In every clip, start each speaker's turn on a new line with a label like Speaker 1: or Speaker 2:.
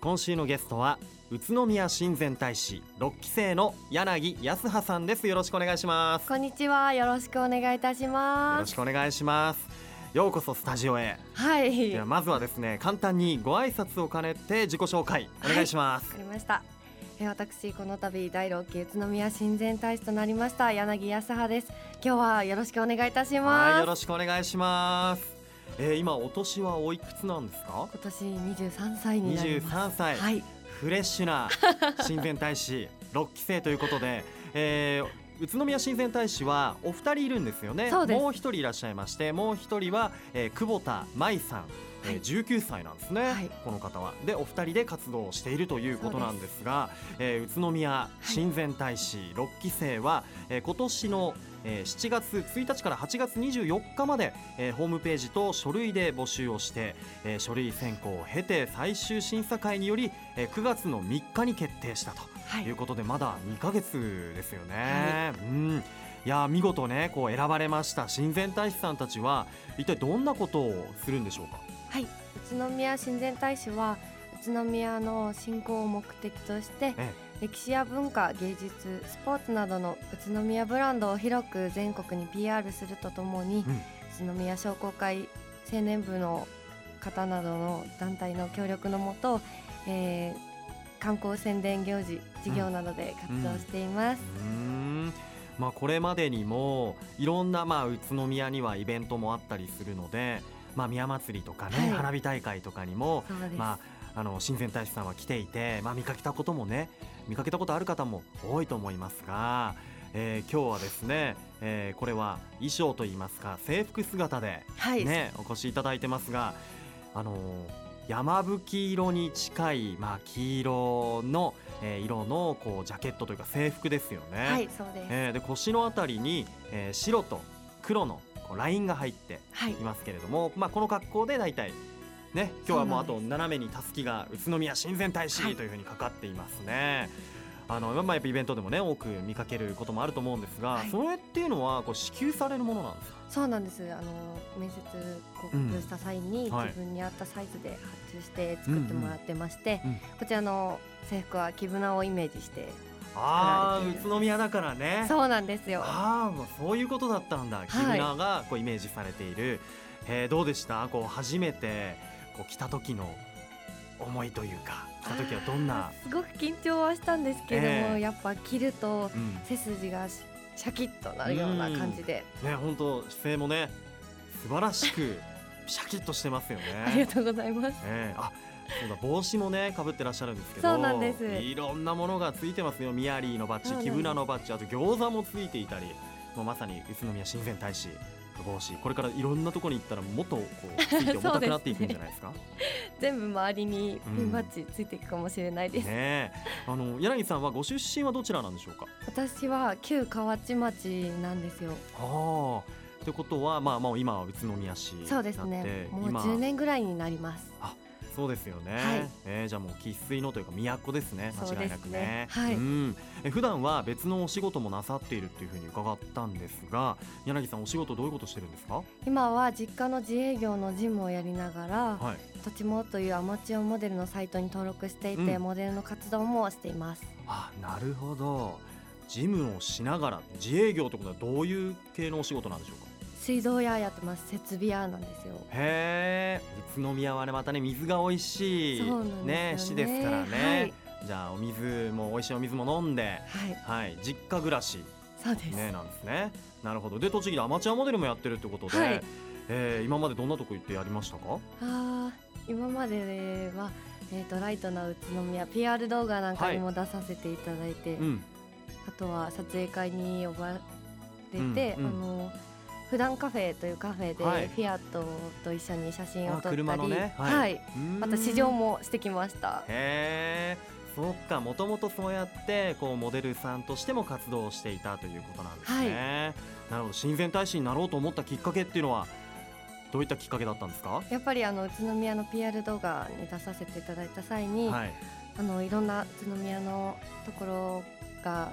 Speaker 1: 今週のゲストは宇都宮親善大使六期生の柳康葉さんですよろしくお願いします
Speaker 2: こんにちは、よろしくお願いいたし
Speaker 1: よ
Speaker 2: ま
Speaker 1: ろ
Speaker 2: す。
Speaker 1: しくお願いしますようこそスタジオへ
Speaker 2: はい、
Speaker 1: では
Speaker 2: わ
Speaker 1: まずはですね簡単にご挨拶を兼ねて自己紹介お願いします、
Speaker 2: かりました。えー私この度第6期宇都宮親善大使となりました柳康葉です。今日はよろしくお願いいたし
Speaker 1: はい、
Speaker 2: ま
Speaker 1: よろ
Speaker 2: す。
Speaker 1: しくお願いします。えー、今お年はおいくつなんですか？
Speaker 2: 今年23歳に
Speaker 1: 二
Speaker 2: なり
Speaker 1: 十
Speaker 2: ます。
Speaker 1: 三歳、
Speaker 2: はい、
Speaker 1: フレッシュな親善大 使六期生ということで、えー、宇都宮親善大使はお二人いるんですよね。
Speaker 2: そうです
Speaker 1: もう一人いらっしゃいまして、もう一人は、えー、久保田舞さん。
Speaker 2: は
Speaker 1: えー
Speaker 2: い
Speaker 1: 19歳なんですね、
Speaker 2: はい
Speaker 1: この方はでお二人で活動をしているということなんですがえー宇都宮親善大使6期生は、えー今年の、えー7月1日から8月24日まで、えーホームページと書類で募集をして、えー書類選考を経て最終審査会により、えー9月の3日に決定したと
Speaker 2: は
Speaker 1: いう
Speaker 2: い、
Speaker 1: ことでまだ2ヶ月ですよね。うんいやー見事ねこう選ばれました親善大使さんたちは一体どんなことをするんでしょうか
Speaker 2: はい、宇都宮親善大使は宇都宮の振興を目的として
Speaker 1: え
Speaker 2: 歴史や文化芸術スポーツなどの宇都宮ブランドを広く全国に PR するとともに、宇都宮商工会青年部の方などの団体の協力のもと、えー観光宣伝行事事業などで活動しています、
Speaker 1: うーんまあ、これまでにもいろんなまあ宇都宮にはイベントもあったりするので、まあ、宮祭りとかね、
Speaker 2: はい
Speaker 1: 花火大会とかにも、
Speaker 2: そうです、
Speaker 1: まあ、あの親善大使さんは来ていて、まあ、見かけたこともね見かけたことある方も多いと思いますが、えー今日はですね、えーこれは衣装といいますか制服姿で、
Speaker 2: はい、
Speaker 1: ね、お越しいただいてますが、あのー山吹色に近い、まあ、黄色の、えー色のこうジャケットというか制服ですよね。
Speaker 2: はいそうです、
Speaker 1: えーで腰のあたりに、えー白と黒のこうラインが入って
Speaker 2: はい
Speaker 1: いますけれども、まあ、この格好で大体ね今日はもうあ
Speaker 2: そう
Speaker 1: と
Speaker 2: なんで
Speaker 1: 斜めにたすきが宇都宮親善大使
Speaker 2: はい
Speaker 1: というふうにかかっていますね。あのまあ、やっぱイベントでもね多く見かけることもあると思うんですが、
Speaker 2: はい
Speaker 1: それっていうのはこう支給されるものなんですか
Speaker 2: そうなんですあの面接告
Speaker 1: うん
Speaker 2: 布した際に、
Speaker 1: はい
Speaker 2: 自分に合ったサイズで発注して作ってもらってまして、
Speaker 1: うんうん
Speaker 2: こちらの制服はキブナをイメージして、
Speaker 1: あ
Speaker 2: 作られてい
Speaker 1: ー
Speaker 2: る
Speaker 1: 宇都宮だからね
Speaker 2: そうなんですよ
Speaker 1: ああそういうことだったんだキブナがこうイメージされている、えーどうでしたこう初めてこう来た時の思いというか来た時はどんな、
Speaker 2: すごく緊張はしたんですけれども、
Speaker 1: ええ
Speaker 2: やっぱ着ると
Speaker 1: うん、
Speaker 2: 背筋がシャキッとなるような感じで、
Speaker 1: ね本当姿勢もね素晴らしくシャキッとしてますよね
Speaker 2: ありがとうございます
Speaker 1: ええあそうだ帽子もねかぶってらっしゃるんですけど
Speaker 2: そうなんです
Speaker 1: いろんなものがついてますよミヤリーのバッ
Speaker 2: そう
Speaker 1: ジ
Speaker 2: なん
Speaker 1: キ
Speaker 2: です
Speaker 1: ブナのバッジあと餃子もついていたりもうまさに宇都宮親善大使の帽子これからいろんなところに行ったらもっとこうついて重たくなっていくんじゃないです か
Speaker 2: 全部周りにピンバッジついていくかもしれないです、
Speaker 1: ねえあの柳さんはご出身はどちらなんでしょ うか
Speaker 2: 私は旧河内町なんですよ
Speaker 1: ああってことはまあまあ今は宇都宮市
Speaker 2: そうです
Speaker 1: になって
Speaker 2: ねもう
Speaker 1: 今
Speaker 2: 10年ぐらいになります
Speaker 1: そうですよね、
Speaker 2: はい
Speaker 1: えーじゃあもう生粋のというか都ですね
Speaker 2: そうですね
Speaker 1: 間違いなくね
Speaker 2: はい
Speaker 1: うん、え普段は別のお仕事もなさっているっていうふうに伺ったんですが柳さんお仕事どういうことしてるんですか
Speaker 2: 今は実家の自営業のジムをやりながら
Speaker 1: はい
Speaker 2: とちもというアマチュアモデルのサイトに登録していて、
Speaker 1: うん
Speaker 2: モデルの活動もしています
Speaker 1: あなるほどジムをしながら自営業ってことはどういう系のお仕事なんでしょうか
Speaker 2: 水道屋やってます設備屋なんですよ
Speaker 1: へえ宇都宮はねまたね水が美味しい
Speaker 2: そうなんですよね
Speaker 1: ね市ですから
Speaker 2: はい
Speaker 1: ね、じゃあお水も美味しいお水も飲んで
Speaker 2: はい
Speaker 1: はい実家暮らし
Speaker 2: そうです、
Speaker 1: ねなんですねなるほどで栃木でアマチュアモデルもやってるってことで、
Speaker 2: はい
Speaker 1: えー今までどんなとこ行ってやりましたか
Speaker 2: あー今までは、えー、とライトな宇都宮 PR 動画なんかにも出させていただいて、
Speaker 1: うん
Speaker 2: あとは撮影会に呼ばれて、
Speaker 1: うんうん
Speaker 2: あの普段カフェというカフェで、
Speaker 1: はい
Speaker 2: フィアットと一緒に写真
Speaker 1: あ
Speaker 2: を撮ったり、
Speaker 1: 車のねは
Speaker 2: はいい
Speaker 1: ま
Speaker 2: また試乗もしてきました
Speaker 1: へえそっかもともとそうやってこうモデルさんとしても活動をしていたということなんですね、なるほど親善大使になろうと思ったきっかけっていうのはどういったきっかけだったんですか
Speaker 2: やっぱりあの宇都宮の PR 動画に出させていただいた際に、
Speaker 1: はい、
Speaker 2: あのいろんな宇都宮のところが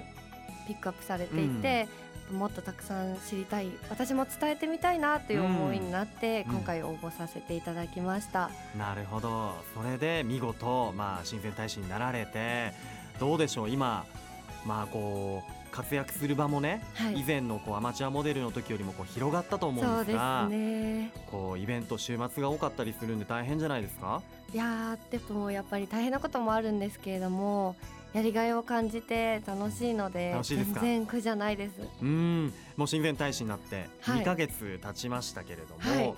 Speaker 2: ピックアップされていて、やっもっとたくさん知りたい私も伝えてみたいなという思いになって、
Speaker 1: うん
Speaker 2: 今回応募させていただきました、
Speaker 1: なるほどそれで見事、まあ、親善大使になられてどうでしょう今、まあ、こう活躍する場もね、
Speaker 2: はい
Speaker 1: 以前のこうアマチュアモデルの時よりもこう広がったと思う
Speaker 2: そ
Speaker 1: ん
Speaker 2: う
Speaker 1: で
Speaker 2: です
Speaker 1: が
Speaker 2: すね
Speaker 1: こうイベント週末が多かったりするんで大変じゃないですか
Speaker 2: いやーでもやっぱり大変なこともあるんですけれどもやりがいを感じて楽しいので
Speaker 1: 楽しいですか
Speaker 2: 全然苦じゃないです
Speaker 1: うんもう親善大使になって
Speaker 2: はい
Speaker 1: 2ヶ月経ちましたけれども、
Speaker 2: はい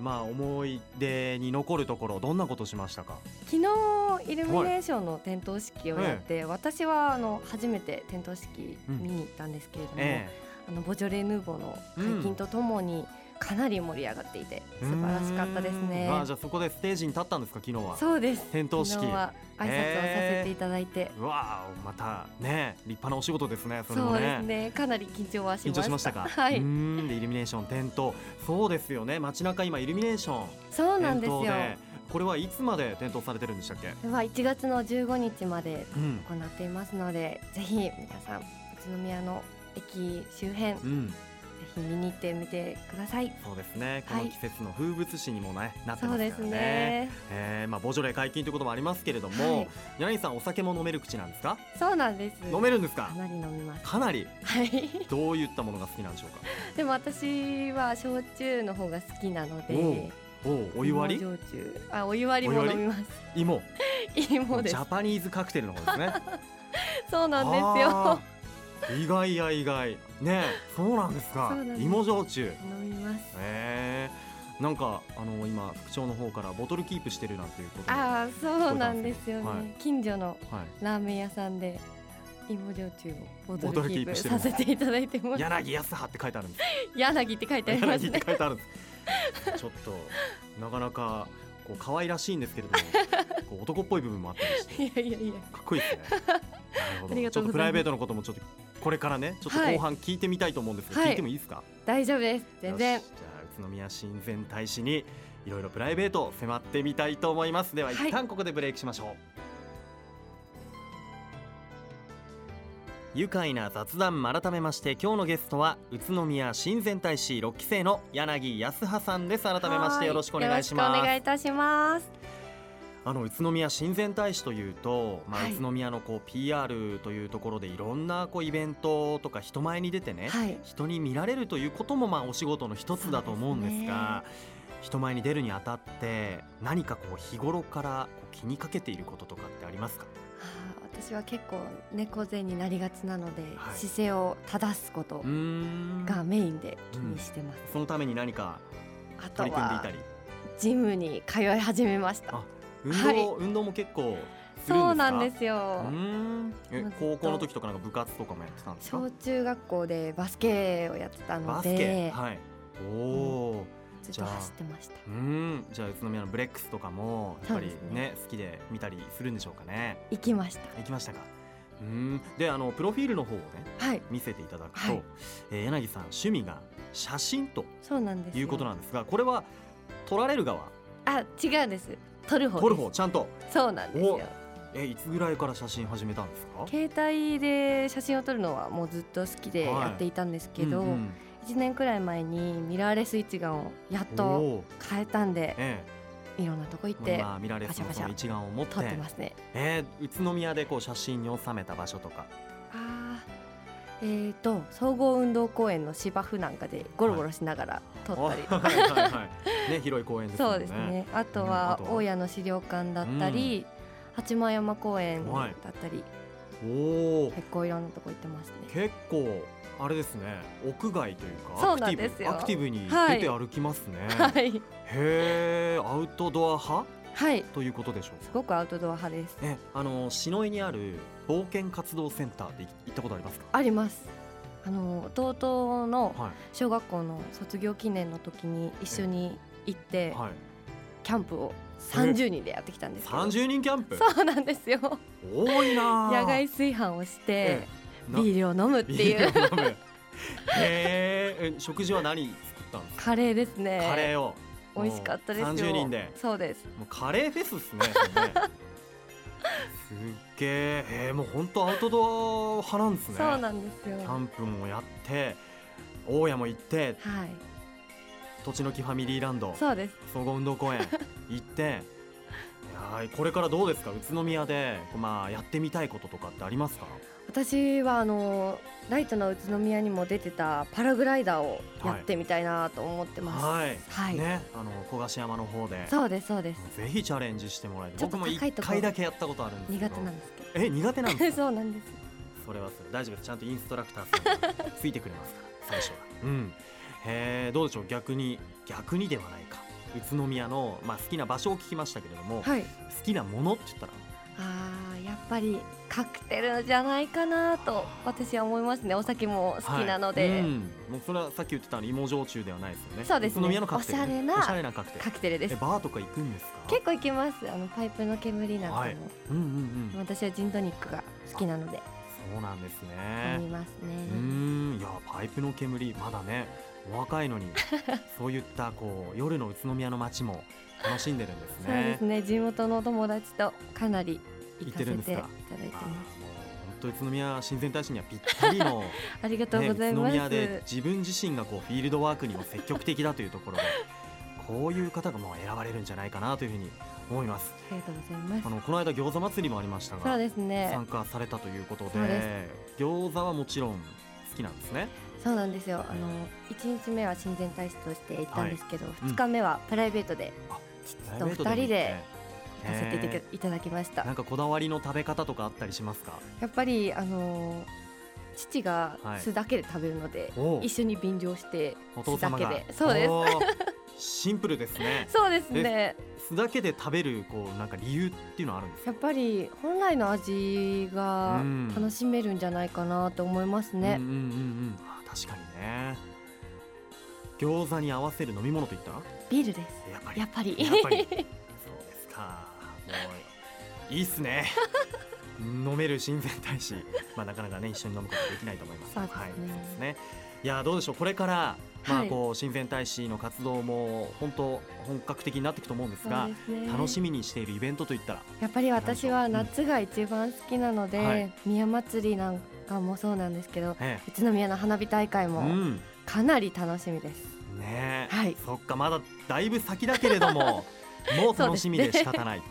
Speaker 1: まあ、思い出に残るところどんなことしましたか
Speaker 2: 昨日イルミネーションの点灯式をやって、私はあの初めて点灯式見に行ったんですけれども、
Speaker 1: え
Speaker 2: あのボジョレ・ヌーボーの解禁とともにかなり盛り上がっていて
Speaker 1: え
Speaker 2: 素晴らしかったですね
Speaker 1: うー。んあじゃあそこでステージに立ったんですか昨日は
Speaker 2: そうです。
Speaker 1: 点灯式
Speaker 2: 昨日は挨拶をさせていただいて、
Speaker 1: うわあまたね立派なお仕事ですねそれ
Speaker 2: そ
Speaker 1: も
Speaker 2: うです
Speaker 1: ね
Speaker 2: ね。かなり緊張は
Speaker 1: 緊
Speaker 2: しました。
Speaker 1: 張しましたか、
Speaker 2: は
Speaker 1: う
Speaker 2: い
Speaker 1: ー、んでイルミネーション点灯そうですよね街中今イルミネーション
Speaker 2: そうな
Speaker 1: 点
Speaker 2: んですよ
Speaker 1: 灯。でこれはいつまで点灯されてるんでしたっけ
Speaker 2: まあ1月の15日まで
Speaker 1: うん
Speaker 2: 行っていますので、ぜひ皆さん宇都宮の駅周辺、ぜ
Speaker 1: うん、
Speaker 2: ひ見に行ってみてください。
Speaker 1: そうですねこ
Speaker 2: はい
Speaker 1: の季節の風物詩にも、ね、なって
Speaker 2: そ
Speaker 1: ますから
Speaker 2: う
Speaker 1: ね
Speaker 2: ですね。
Speaker 1: えーまあ、ボジョレ解禁ということもありますけれども、
Speaker 2: はい
Speaker 1: 柳井さんお酒も飲める口なんですか、
Speaker 2: そうなんです。
Speaker 1: 飲めるんですか
Speaker 2: かなり飲みます。
Speaker 1: かなり
Speaker 2: はい。
Speaker 1: どういったものが好きなんでしょう
Speaker 2: でも私は焼酎の方が好きなの
Speaker 1: おか
Speaker 2: で。
Speaker 1: おうお湯割り
Speaker 2: 芋焼酎あお湯割りも飲みます
Speaker 1: 芋
Speaker 2: 芋で
Speaker 1: ジ
Speaker 2: す
Speaker 1: ャパニーズカクテルの方ですね
Speaker 2: そうなんですよ
Speaker 1: あー。意外や意外。ねえ、そうなんですか
Speaker 2: そうなん。です
Speaker 1: 芋焼酎。へ
Speaker 2: 飲みます
Speaker 1: えなんかあの今副長の方からボトルキープしてるなんていうこともは
Speaker 2: ああそうなんですよね、
Speaker 1: はい
Speaker 2: 近所の
Speaker 1: い。
Speaker 2: ラーメン屋さんで芋焼酎をボトルキー
Speaker 1: ボトルキープ
Speaker 2: プ
Speaker 1: してる
Speaker 2: させていただいてます
Speaker 1: 柳安葉って書いてあるん です。
Speaker 2: 柳って書いてあります
Speaker 1: 柳っ
Speaker 2: ね
Speaker 1: て書いてあるんです。ちょっとなかなかこう可愛らしいんですけれ ども、こう男っぽい部分もあったりして。
Speaker 2: いやいやいや
Speaker 1: かっこいいですね。な
Speaker 2: あり
Speaker 1: るほど。
Speaker 2: が
Speaker 1: ちょ
Speaker 2: と
Speaker 1: っと
Speaker 2: うございます
Speaker 1: プライベートのこともちょっとこれからね、ちょっと
Speaker 2: はい
Speaker 1: 後半聞いてみたいと思うんですけど、
Speaker 2: はい
Speaker 1: 聞いてもいいですか？
Speaker 2: 大丈夫です全然
Speaker 1: よしじゃあ宇都宮親善大使にいろいろプライベートを迫ってみたいと思いますでは
Speaker 2: はい
Speaker 1: 一旦ここでブレイクしましょう、愉快な雑談改めまして今日のゲストは宇都宮親善大使6期生の柳安葉さんです改めまし
Speaker 2: は
Speaker 1: て
Speaker 2: い
Speaker 1: よろしくお願いします
Speaker 2: よろしくお願いいたします
Speaker 1: あの宇都宮親善大使というと、まあ
Speaker 2: はい
Speaker 1: 宇都宮のこう PR というところでいろんなこうイベントとか人前に出てね、
Speaker 2: はい
Speaker 1: 人に見られるということもまあお仕事の一つだと思うんですが人前に出るにあたって何かこう日頃からこう気にかけていることとかってありますか
Speaker 2: あー私は結構猫背になりがちなので、
Speaker 1: はい
Speaker 2: 姿勢を正すこと
Speaker 1: うーん
Speaker 2: がメインで気にしてます、
Speaker 1: そのために何か
Speaker 2: あと
Speaker 1: 取り組んでい
Speaker 2: は
Speaker 1: たり
Speaker 2: ジムに通い始めました
Speaker 1: あ運動,、
Speaker 2: はい
Speaker 1: 運動も結構するんですか
Speaker 2: そうなんですすよ
Speaker 1: え
Speaker 2: まあずっと
Speaker 1: 高校の時とかなんか部活とかもやってたんですか
Speaker 2: 小中学校でバスケをやってたの
Speaker 1: バスケ
Speaker 2: で、
Speaker 1: はいおお
Speaker 2: ずっと走ってました
Speaker 1: ー、うんじゃあ宇都宮のブレックスとかもやっぱり
Speaker 2: そうです
Speaker 1: ね好きで見たりするんでしょうかね
Speaker 2: 行きまし
Speaker 1: 行きましたかうんであのプロフィールの方をね
Speaker 2: たはい
Speaker 1: 見せていただくと、
Speaker 2: はい
Speaker 1: えー柳さん趣味が写真と
Speaker 2: そうなんですよ
Speaker 1: いうことなんですがこれは撮られる側
Speaker 2: あ違うんです撮る方です
Speaker 1: 撮る方ちゃんと
Speaker 2: そうなんですよ
Speaker 1: おえいつぐらいから写真始めたんですか
Speaker 2: 携帯で写真を撮るのはもうずっと好きで
Speaker 1: はい
Speaker 2: やっていたんですけど、
Speaker 1: うんうん
Speaker 2: 1年くらい前にミラーレス一眼をやっと
Speaker 1: おー
Speaker 2: 変えたんで
Speaker 1: え
Speaker 2: いろんなとこ行っ
Speaker 1: え
Speaker 2: て
Speaker 1: まあ見られるその
Speaker 2: パシャパシ
Speaker 1: そ
Speaker 2: ャ
Speaker 1: の一眼を持って
Speaker 2: 撮ってますね
Speaker 1: えー宇都宮でこう写真に収めた場所とか
Speaker 2: あーえー、と総合運動公園の芝生なんかでゴロゴロしながら撮ったりとか、
Speaker 1: おはいはいはいね広い 公園ですもんね
Speaker 2: そうですねあとは
Speaker 1: うんあとは
Speaker 2: 大谷の資料館だったり、八幡山公園
Speaker 1: はい
Speaker 2: だったり、
Speaker 1: おお
Speaker 2: 結構いろんなとこ行ってますね
Speaker 1: 結構あれですね屋外というか
Speaker 2: そうなんですよ
Speaker 1: アクティブに
Speaker 2: は
Speaker 1: 出
Speaker 2: い
Speaker 1: て歩きますね、
Speaker 2: はい
Speaker 1: へえ、アウトドア派
Speaker 2: はい
Speaker 1: ということでしょう
Speaker 2: す
Speaker 1: か。
Speaker 2: ごくアウトドア派です
Speaker 1: え、あの篠井にある冒険活動センターって行行ったことありますか。
Speaker 2: ありますあの弟の
Speaker 1: は
Speaker 2: 小学校の卒業記念の時に一緒に行って
Speaker 1: い、はい、
Speaker 2: キャンプを30人でやってきたんですけど
Speaker 1: 三十人キャンプ。
Speaker 2: そうなんですよ
Speaker 1: 多いな。
Speaker 2: 野外炊飯をして
Speaker 1: ええな
Speaker 2: ビールを飲むっていう
Speaker 1: ビールを飲むへえ、え食事は何作ったんですか。
Speaker 2: カレーですね
Speaker 1: カレーを。
Speaker 2: 美味しかったですよ
Speaker 1: 三十人で。
Speaker 2: そうです
Speaker 1: もうカレーフェスですね。それねすっげえ、えー、もう本当アウトドア派なんですね。
Speaker 2: そうなんですよ
Speaker 1: キャンプもやって大家も行って
Speaker 2: はい
Speaker 1: 栃の木ファミリーランド
Speaker 2: そうです
Speaker 1: 総合運動 公園行ってはいこれからどうですか宇都宮で、まあ、やってみたいこととかってありますか
Speaker 2: 私はあのライトな宇都宮にも出てたパラグライダーをやってみたいなと思ってます。
Speaker 1: はい
Speaker 2: はい
Speaker 1: ねあの小菓子山の方で
Speaker 2: そうですそうです。
Speaker 1: ぜひチャレンジしてもらいた
Speaker 2: ち
Speaker 1: い
Speaker 2: ょっと
Speaker 1: 僕も
Speaker 2: 高い
Speaker 1: 1
Speaker 2: とこ
Speaker 1: 回だけやったことあるんですけ
Speaker 2: 苦
Speaker 1: ど
Speaker 2: 手なんです
Speaker 1: え苦手なん
Speaker 2: け
Speaker 1: です
Speaker 2: ど。
Speaker 1: か
Speaker 2: そうなんです。
Speaker 1: それはそれ大丈夫ですちゃんとインストラクターさん がついてくれますから最初はうんへーどうでしょう逆に逆にではないか宇都宮の、まあ、好きな場所を聞きましたけれども、
Speaker 2: はい。
Speaker 1: 好きなものって言ったら
Speaker 2: ああやっぱりカクテルじゃないかなと私は思いますね。お酒も好きなので、
Speaker 1: はいうん、もうそれはさっき言ってた芋焼酎ではないですよね
Speaker 2: そうですね
Speaker 1: 宇都宮のカクテルね
Speaker 2: おしゃれな
Speaker 1: おしゃれなカクテル
Speaker 2: カクテルです
Speaker 1: え。バーとか行くんですか
Speaker 2: 結構行きます。あのパイプの煙なんかも、
Speaker 1: はいうんうんうん
Speaker 2: 私はジントニックが好きなので
Speaker 1: そうなんです
Speaker 2: 飲
Speaker 1: ね
Speaker 2: みますね。
Speaker 1: うーんいやパイプの煙まだねお若 いのにそういったこう夜の宇都宮の街も楽しんでるんですね
Speaker 2: そうですね。地元の友達とかなり行かせてい
Speaker 1: 行って
Speaker 2: た
Speaker 1: る
Speaker 2: だ
Speaker 1: ん
Speaker 2: いて
Speaker 1: あー
Speaker 2: ま
Speaker 1: もう
Speaker 2: す。
Speaker 1: 本当宇都宮親善大使にはぴったりの、ね、
Speaker 2: ありがとうご
Speaker 1: 宇
Speaker 2: ざい
Speaker 1: 都
Speaker 2: ます。
Speaker 1: 宮で自分自身がこうフィールドワークにも積極的だというところで こういう方がもう選ばれるんじゃないかなというふうに思います
Speaker 2: ありがとうございます
Speaker 1: あ。のこの間餃子祭りもありましたが
Speaker 2: そうですね
Speaker 1: 参。加されたということで
Speaker 2: そう
Speaker 1: 餃子はもちろん好きなんですね
Speaker 2: そうなんですよ。あの一日目は親善大使として行ったんですけど、
Speaker 1: うん
Speaker 2: 二、日目はプライベートで
Speaker 1: あ
Speaker 2: 父と二人で行かせていただ
Speaker 1: え
Speaker 2: いただきました。
Speaker 1: ーなんかこだわりの食べ方とかあったりしますか
Speaker 2: やっぱりあの父が
Speaker 1: はい
Speaker 2: 酢だけで食べるので、
Speaker 1: おう
Speaker 2: 一緒に便乗して
Speaker 1: お父
Speaker 2: 酢だ
Speaker 1: 様
Speaker 2: け
Speaker 1: が
Speaker 2: で、そうです。
Speaker 1: おーシンプルです ね
Speaker 2: そうですね。
Speaker 1: 酢だけで食べるこうなんか理由っていうのはあるんですか
Speaker 2: やっぱり本来の味が
Speaker 1: うん
Speaker 2: 楽しめるんじゃないかなと思いますね
Speaker 1: うん。うんうんうんあ確かにね餃子に合わせる飲み物といったら
Speaker 2: ビールです。
Speaker 1: やっぱり
Speaker 2: やっぱり。
Speaker 1: やっぱりそうですかもういいっす ね飲める親善大使まあなかなかね一緒に飲むことはできないと思います
Speaker 2: そうですね
Speaker 1: はい、そうですねいやどうでしょうこれからまあ
Speaker 2: はい
Speaker 1: こう親善大使の活動も本当本格的になっていくと思うんです
Speaker 2: そう
Speaker 1: が
Speaker 2: ですね。
Speaker 1: 楽しみにしているイベントといったら
Speaker 2: やっぱり私は夏が一番好きなので、
Speaker 1: うんはい
Speaker 2: 宮祭りなんかもそうなんですけど
Speaker 1: え
Speaker 2: 宇都宮の花火大会
Speaker 1: えう
Speaker 2: も
Speaker 1: ん
Speaker 2: かなり楽しみです、
Speaker 1: ねえ、
Speaker 2: はい
Speaker 1: そっかまだだいぶ先だけれど ももう楽しみ
Speaker 2: そう
Speaker 1: で
Speaker 2: で
Speaker 1: 仕
Speaker 2: すね
Speaker 1: 方ない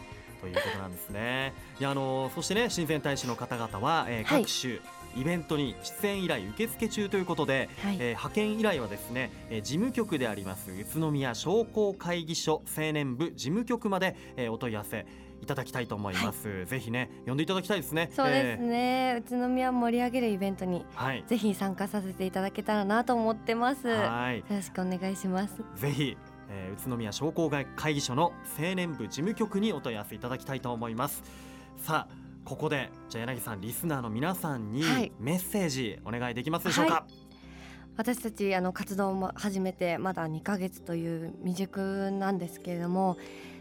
Speaker 1: ということなんですね。いやあのそしてね親善大使の方々は、えー
Speaker 2: はい
Speaker 1: 各種イベントに出演依頼受付中ということで、
Speaker 2: はい
Speaker 1: えー派遣依頼はですね、えー事務局であります宇都宮商工会議所青年部事務局まで、えーお問い合わせいただきたいと思います。ぜひね呼んでいただきたいですね。
Speaker 2: そうです
Speaker 1: え
Speaker 2: ね、宇都宮を盛り上げるイベントに
Speaker 1: ーはい。
Speaker 2: ぜひ参加させていただけたらなと思ってますよ
Speaker 1: はい。
Speaker 2: ろしくお願いします
Speaker 1: ぜひ、えー宇都宮商工会会議所の青年部事務局にお問い合わせいただきたいと思いますさあここでじゃあ柳さんリスナーの皆さんに
Speaker 2: はい
Speaker 1: メッセージお願いできますでしょうか、
Speaker 2: 私たちあの活動も始めてまだ2ヶ月という未熟なんですけれども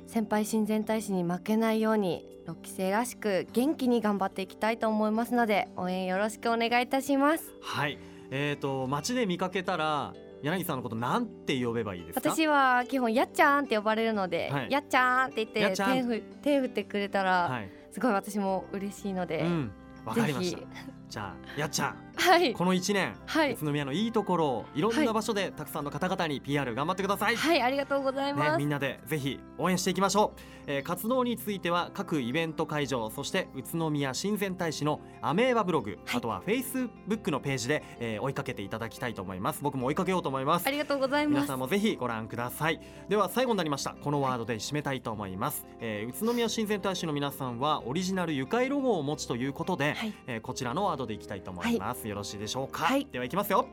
Speaker 2: 先輩親善大使に負けないように6期生らしく元気に頑張っていきたいと思いますので応援よろしくお願いいたします
Speaker 1: はい、えっ、と街で見かけたら柳さんのことなんて呼べばいいですか
Speaker 2: 私は基本やっちゃんって呼ばれるので、
Speaker 1: はい
Speaker 2: やっちゃんって言
Speaker 1: やっ
Speaker 2: って
Speaker 1: ちゃん
Speaker 2: 手振手振ってくれたら
Speaker 1: はい、
Speaker 2: すごい私も嬉しいので、
Speaker 1: うん、わかりました
Speaker 2: ぜ
Speaker 1: じゃあやっちゃん
Speaker 2: はい
Speaker 1: この一年、
Speaker 2: はい
Speaker 1: 宇都宮のいいところをいろん
Speaker 2: は
Speaker 1: ない場所でたくさんの方々に PR 頑張ってください
Speaker 2: はいありがとうございま
Speaker 1: ね、
Speaker 2: す、
Speaker 1: みんなでぜひ応援していきましょう、えー活動については各イベント会場そして宇都宮親善大使のアメーバブログ、
Speaker 2: はい
Speaker 1: あとはフェイスブックのページで、えー追いかけていただきたいと思います僕も追いかけようと思います
Speaker 2: ありがとうございま
Speaker 1: 皆
Speaker 2: す
Speaker 1: さんもぜひご覧くださいでは最後になりましたこのワードで締めたいと思います、えー宇都宮親善大使の皆さんはオリジナルゆかいロゴをお持ちということで、
Speaker 2: はい
Speaker 1: えーこちらのワードでいきたいと思います、よろしいでしょうか、
Speaker 2: はい
Speaker 1: ではいきますよ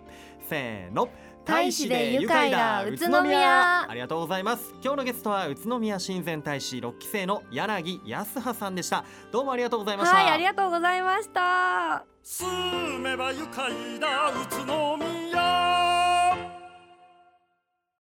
Speaker 1: せーの
Speaker 2: 大使で愉快だ宇都宮
Speaker 1: ありがとうございます今日のゲストは宇都宮親善大使6期生の柳康葉さんでしたどうもありがとうございました
Speaker 2: はいありがとうございました
Speaker 3: 住めば愉快だ宇都宮